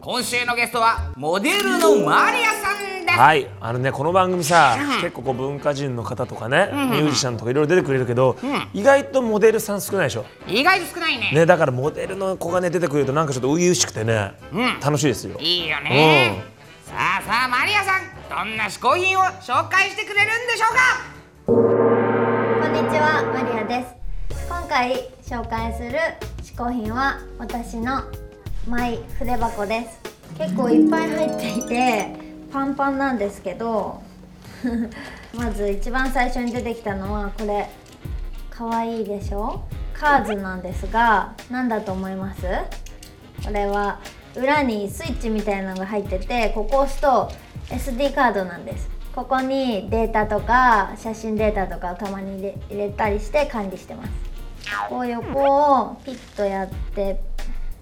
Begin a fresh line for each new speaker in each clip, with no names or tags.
今週のゲストはモデルのマリアさんです
はいあのねこの番組さ
うん
結構こう文化人の方とかね
んうん
ミュージシャンとかいろいろ出てくれるけど
う
意外とモデルさん少ないでしょ
意外と少ないね
ねだからモデルの子がね出てくれるとなんかちょっと初々しくてね
うん
楽しいですよ
いいよねさあさあマリアさんどんな嗜好品を紹介してくれるんでしょうか
こんにちは、マリアです。今回紹介する嗜好品は私のマイ筆箱です。結構いっぱい入っていてパンパンなんですけど、 まず一番最初に出てきたのはこれ、可愛いでしょ？カーズなんですが、何だと思います？これは裏にスイッチみたいなのが入っててここを押すと SD カードなんですここにデータとか写真データとかをたまに入れ入れたりして管理してますこう横をピッとやって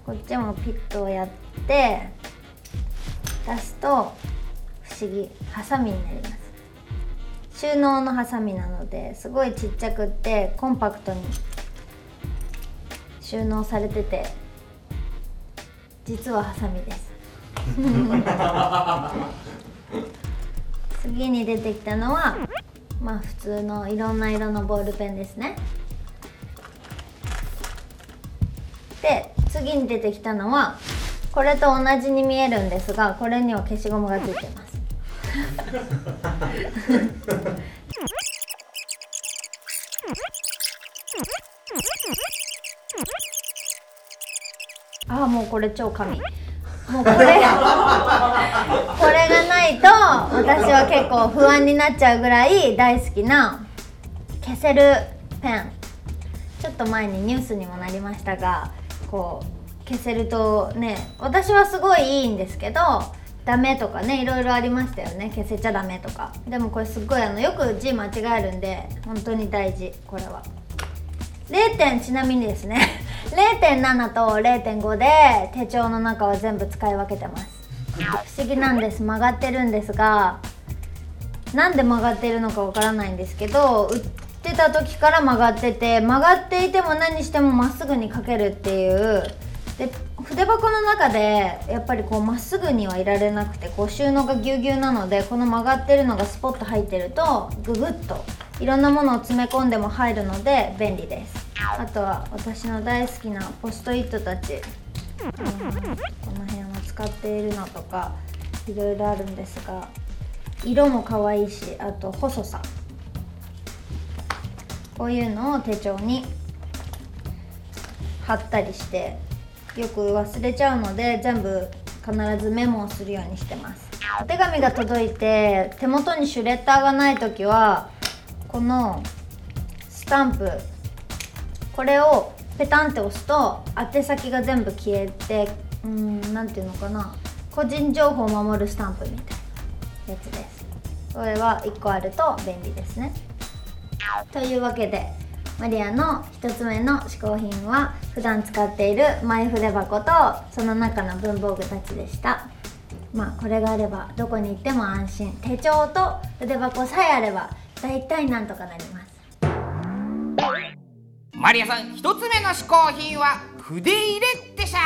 こっちもピッとやって出すと不思議ハサミになります収納のハサミなのですごいちっちゃくってコンパクトに収納されてて実はハサミです次に出てきたのはまあ普通のいろんな色のボールペンですねで次に出てきたのはこれと同じに見えるんですがこれには消しゴムがついてますああもうこれ超神もうこれこれがないと私は結構不安になっちゃうぐらい大好きな消せるペンちょっと前にニュースにもなりましたがこう消せるとね私はすごいいいんですけどダメとかねいろいろありましたよね消せちゃダメとかでもこれすっごいあのよく字間違えるんで本当に大事これは。0点ちなみにですね 0.7と0.5で手帳の中は全部使い分けてます不思議なんです曲がってるんですがなんで曲がってるのかわからないんですけど売ってた時から曲がってて曲がっていても何してもまっすぐに書けるっていうで筆箱の中でやっぱりこうまっすぐにはいられなくてこう収納がぎゅうぎゅうなのでこの曲がってるのがスポッと入ってるとググッといろんなものを詰め込んでも入るので便利ですあとは私の大好きなポストイットたちこの辺を使っているのとかいろいろあるんですが色も可愛いしあと細さこういうのを手帳に貼ったりしてよく忘れちゃうので全部必ずメモをするようにしてますお手紙が届いて手元にシュレッダーがない時はこのスタンプこれをペタンって押すと宛先が全部消えてうーんなんていうのかな個人情報を守るスタンプみたいなやつですこれは1個あると便利ですねというわけでマリアの1つ目の嗜好品は普段使っている前筆箱とその中の文房具たちでしたまあこれがあればどこに行っても安心手帳と筆箱さえあれば大体なんとかなります
マリアさん一つ目の嗜好品は筆入れでした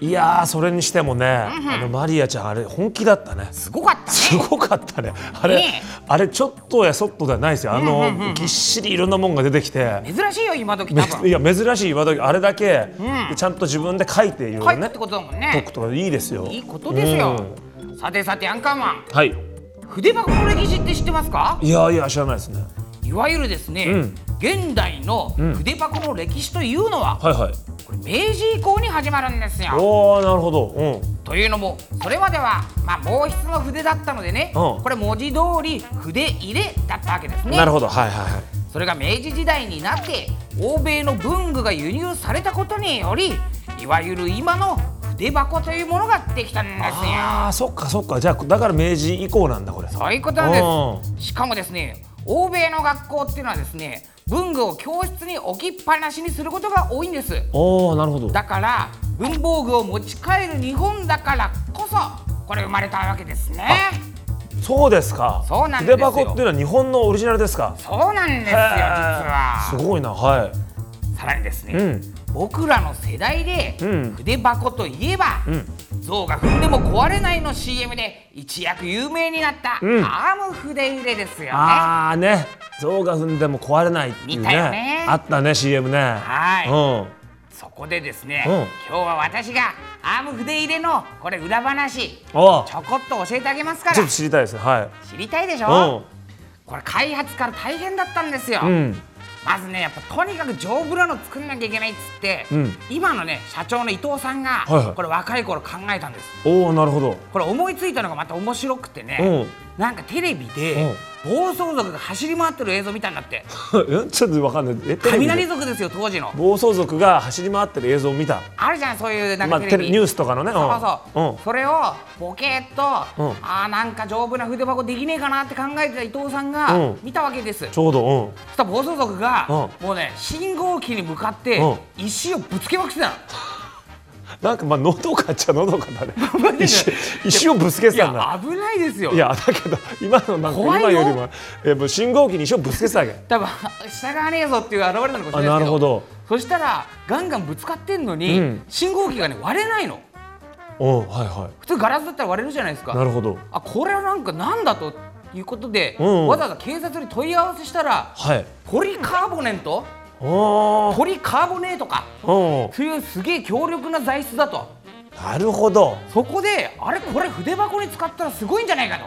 いやーそれにしてもねあのマリアちゃんあれ本気だったね
すごかった
す
ね
ごかったね。あれ、
ね
あれちょっとやそっとではないですよ。あの、ぎっしりいろんなもんが出てきて。
珍しいよ今時多
めい
分
や珍しい今時あれだけ、
うん
ちゃんと自分で書いていろいろ
書い
ね
たってことだもん
解
ね
くとかいいですよ
いいことですよさてさてアンカーマン
はい
筆箱の歴史って知ってますか
いやいや知らないですね
いわゆるですね、
うん
現代の
ん
筆箱の歴史というのは、
はいはい
これ明治以降に始まるんですよ。
おおなるほどう
というのもそれまでは、まあ、毛筆の筆だったのでね、
うん
これ文字通り筆入れだったわけです
ん、
ね
なるほどはいはいはい
それが明治時代になって欧米の文具が輸入されたことによりいわゆる今の筆箱というものができたんですよ
あーそっかそっかじゃあだから明治以降なんだこれ
そういうことなんですしかもですね欧米の学校っていうのはですね文具を教室に置きっぱなしにすることが多いんです
おおなるほど
だから文房具を持ち帰る日本だからこそこれ生まれたわけですね
そうですか
そうなんですよ
筆箱っていうのは日本のオリジナルですか
そうなんですよ実
す
は
ごいなはい
さらにですね、
うん
僕らの世代で
うん
筆箱といえば、象が踏んでも壊れないの CM で一躍有名になった、
うん
アーム筆入れですよね
ああね象が踏んでも壊れないっていう
見
ね
たよね
あったね CM ね
はい
うん
そこでですね、
うん
今日は私がアーム筆入れのこれ裏話
ああ
ちょこっと教えてあげますから
ちょっと知りたいですねはい
知りたいでし
うん
ょこれ開発から大変だったんですよ、
うん
まずねやっぱとにかく丈夫なの作んなきゃいけないっつって、
うん
今のね社長の伊藤さんが、
はいはい
これ若い頃考えたんです
おおなるほど
これ思いついたのがまた面白くてね、なんかテレビで暴走族が走り回ってる映像見たんだって
えちょっとわかんないえテレビで
雷族ですよ当時の
暴走族が走り回ってる映像を見た
あるじゃんそういうなん
ま
か
あ
テ
テレ
レビ、
ビニュースとかのね
そ
ん
うそう、それをボケっと、
うん
あーなんか丈夫な筆箱できねえかなって考えてた伊藤さんが
うん
見たわけです、
ちょうどうん
そしたら暴走族が、
う
もうね信号機に向かって
うん
石をぶつけまくってたの、
なんかまあのどかっちゃのどか だね石石をぶつけ
い
てたんだ
や危ないですよ
いやだけど今のなんか
怖
今
いよ
よりもえもう信号機に石をぶつけてたわけ
多分従わねえぞっていう現れなのかもしれないですけど
あなるほど
そしたらガンガンぶつかってんのに、
うん
信号機がね割れないの
うんはいは
普通ガラスだったら割れるじゃないです
いな
か
るほど
あこれはなんかなんだということで、
うん
わざわざ警察に問い合わせしたら
はい
ポリカーボネント
お
ポリカーボネートか
お
というすげえ強力な材質だと
なるほど
そこであれこれ筆箱に使ったらすごいんじゃないかと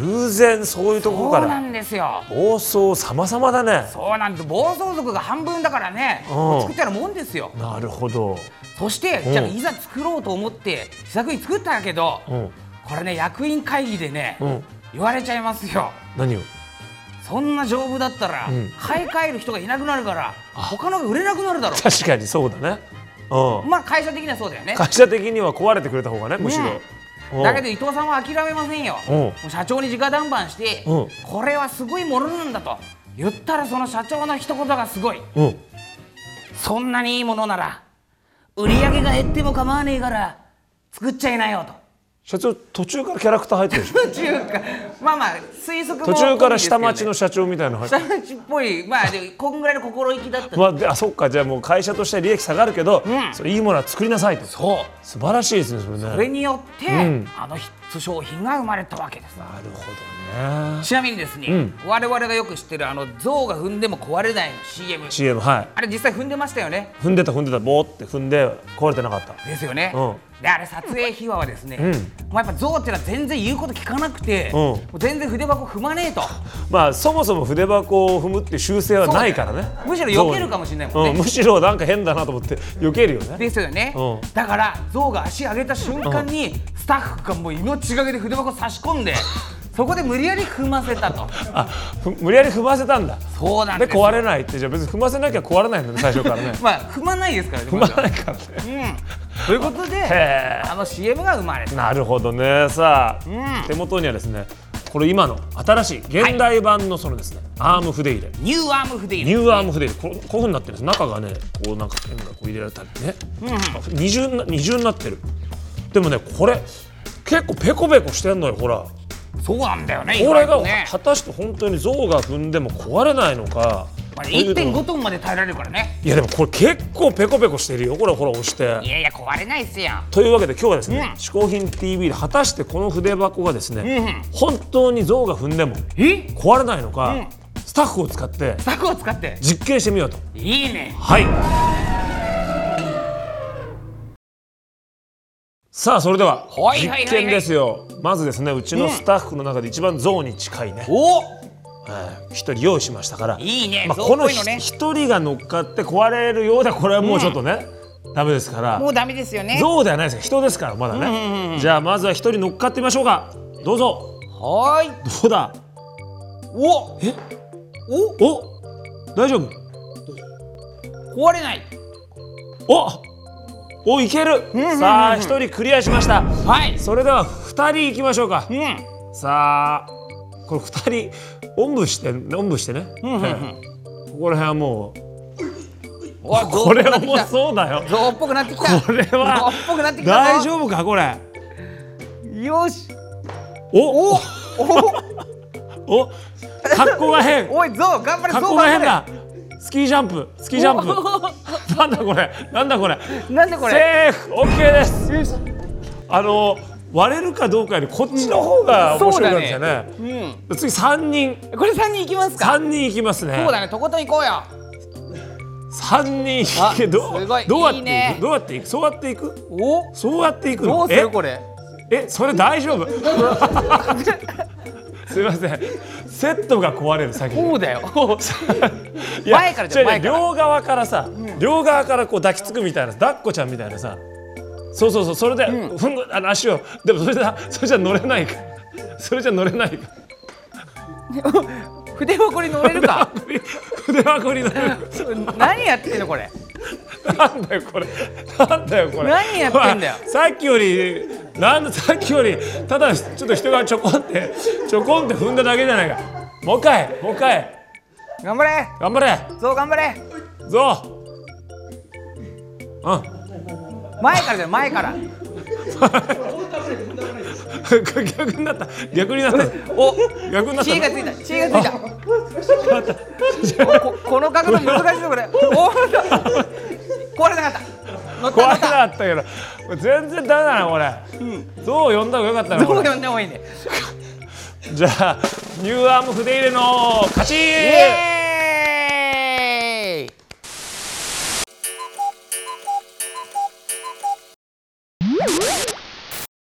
偶然そういうとこ
そ
ろ
う
か
な
ら
んですよ
暴走様々だね
そうなんです暴走族が半分だからね
うん
作ったようなもんですよ
なるほど
そして
うん
じゃあいざ作ろうと思って試作品作ったけど
うん
これね役員会議でね
うん
言われちゃいますよ
何を
そんな丈夫だったら
うん
買い替える人がいなくなるから他のが売れなくなるだろ
確かにそうだねう
うんまあ会社的にはそうだよね
会社的には壊れてくれた方がねむし
ね
ろ
だけど
ど
伊藤さんは諦めませんよ、
うん
もう社長に直談判して、
うん
これはすごいものなんだと言ったらその社長の一言がすごい
うん
そんなにいいものなら売り上げが減っても構わねえから作っちゃいなよと。
社長途中からキャラクター入ってるで しょ
途中かまあまあ推測も
途中から下
多い
町
ですけど
の
ね
社長みたいなの入ってる
下町っぽいまあでもこんぐらいの心意気だった、
まあ、であそっかじゃあもう会社として利益下がるけど、
うん
それいいものは作りなさいと
そう
素晴らしいですねそれね
それによって、
ん
あのヒット商品が生まれたわけです
なるほどね
ちなみにですね、
うん
我々がよく知ってるあの象が踏んでも壊れないの CM
CM はい
あれ実際踏んでましたよね。
踏んでた踏んでたボーって踏んで壊れてなかった
ですよね。
う
であれ撮影秘話はですね、
ん
もうやっぱ象っていうのは全然言うこと聞かなくて、
うん
もう全然筆箱踏まねえと
まあそもそも筆箱を踏むっていう習性はないからね
むしろ避けるかもしれないもんね
うん、むしろなんか変だなと思って避けるよね
ですよね、
うん
だから象が足上げた瞬間に、スタッフがもう命がけで筆箱差 し込んでそこで無理やり踏ませたと
あふ無理やり踏ませたんだ
そうなんで
です
よ
壊れないってじゃあ別に踏ませなきゃ壊れないんだね最初からね
まあ踏まないですからね
踏
ま
ま
ずは
ないからね
うんということで
へえ
あの CM が生まれた
なるほどねさあ、
うん
手元にはですねこれ今の新しい現代版のそのですね、アーム筆入れ
ニューアーム筆入
ニ
れ
ューアーム筆入れこうこういうふうになってるんです中がねこうなんかペンがこう入れられたりね、二重な二重になってるでもねこれ結構ペコペコしてんのよほら
そうなんだよね
これ
意外
が
とね
果たして本当に象が踏んでも壊れないのか
まあ
こういうの
1.5トンまで耐えられるからね
いやでもこれ結構ペコペコしてるよこれほら押して
いやいや壊れないっすよ
というわけで今日はですね
うん
「嗜、好、品 TV」で果たしてこの筆箱がですね、
うん
本当に象が踏んでも
え
壊れないのか、
うん
スタッフを使って
タコを使って
実験してみようと。
いいね
はいさあそれでは
はいはいはいはい
実験ですよまずですねうちのスタッフの中で一番象に近いね
お
はい一人用意しましたから
いいね
まあ、
象
この
っぽいのね
一人が乗っかって壊れるようでこれはもうちょっとね、ダメですから
もうダメですよね
象ではないですよ人ですからまだ
うんうんうんう
ね
ん
じゃあまずは一人乗っかってみましょうかどうぞ
はーい
どうだ
お
え
お
お大丈夫
壊れない
おおいけるさあ一人クリアしました
はい
それでは二人いきましょうか
うん
さあこれ二人おんぶしておんぶしてねはいここら辺はもう
おい
これはもう
象っぽくな
そうだ
ってき
よ
た象っぽくなってきた
これは
象っぽくなってきた
大丈夫かこれ
夫よし
お
お
おお格好が変
おい象頑張れ象
格好が変だスキージャンプスキージャンプなんだこれなんだこれ
なんでこれ
セーフオッケーですあの割れるかどうかよりこっちの方が面白いわけじゃね
うん
次三人
これ三人いきますか
三人いきますね
そうだねとことん行こうよ
三人
あ
いけどう
すごい
どうやって
い
い
い
く
ね
どうやっていくそうやっていく
お
そうやっていくの
どうす
え
るこれ
えそれ大丈夫 すいませんセットが壊れる先に
そうだよ
いや
前からじゃん
違う違う
前から
両側からさ、両側からこう抱きつくみたいな抱っこちゃんみたいなさそうそうそうそれで、ふんぐあの足をでもそれじゃそれじゃ乗れないからそれじゃ乗れないから
筆箱に乗れるか
筆箱に乗れる
何やってんのこれ
なんだよこれなんだよこれ
何やってんだよ
ほらさっきよりなんださっきよりただちょっと人がちょこんってちょこんって踏んだだけじゃないかもう一回もう一回
頑張れ
頑張れ
象頑張れ
ぞうん
前からだよ前から
逆になった逆になった
お
逆になった
知恵がついた知恵がついたここの角度難しいぞこれお壊れなかった 乗った 乗
怖
っ
くな
た
かったけどこれ全然ダメだなこれ、ゾウ呼んだ方がよかったな
どう
これ
呼んでもいいね
じゃあニューアーム筆入れの勝ち
イエーイ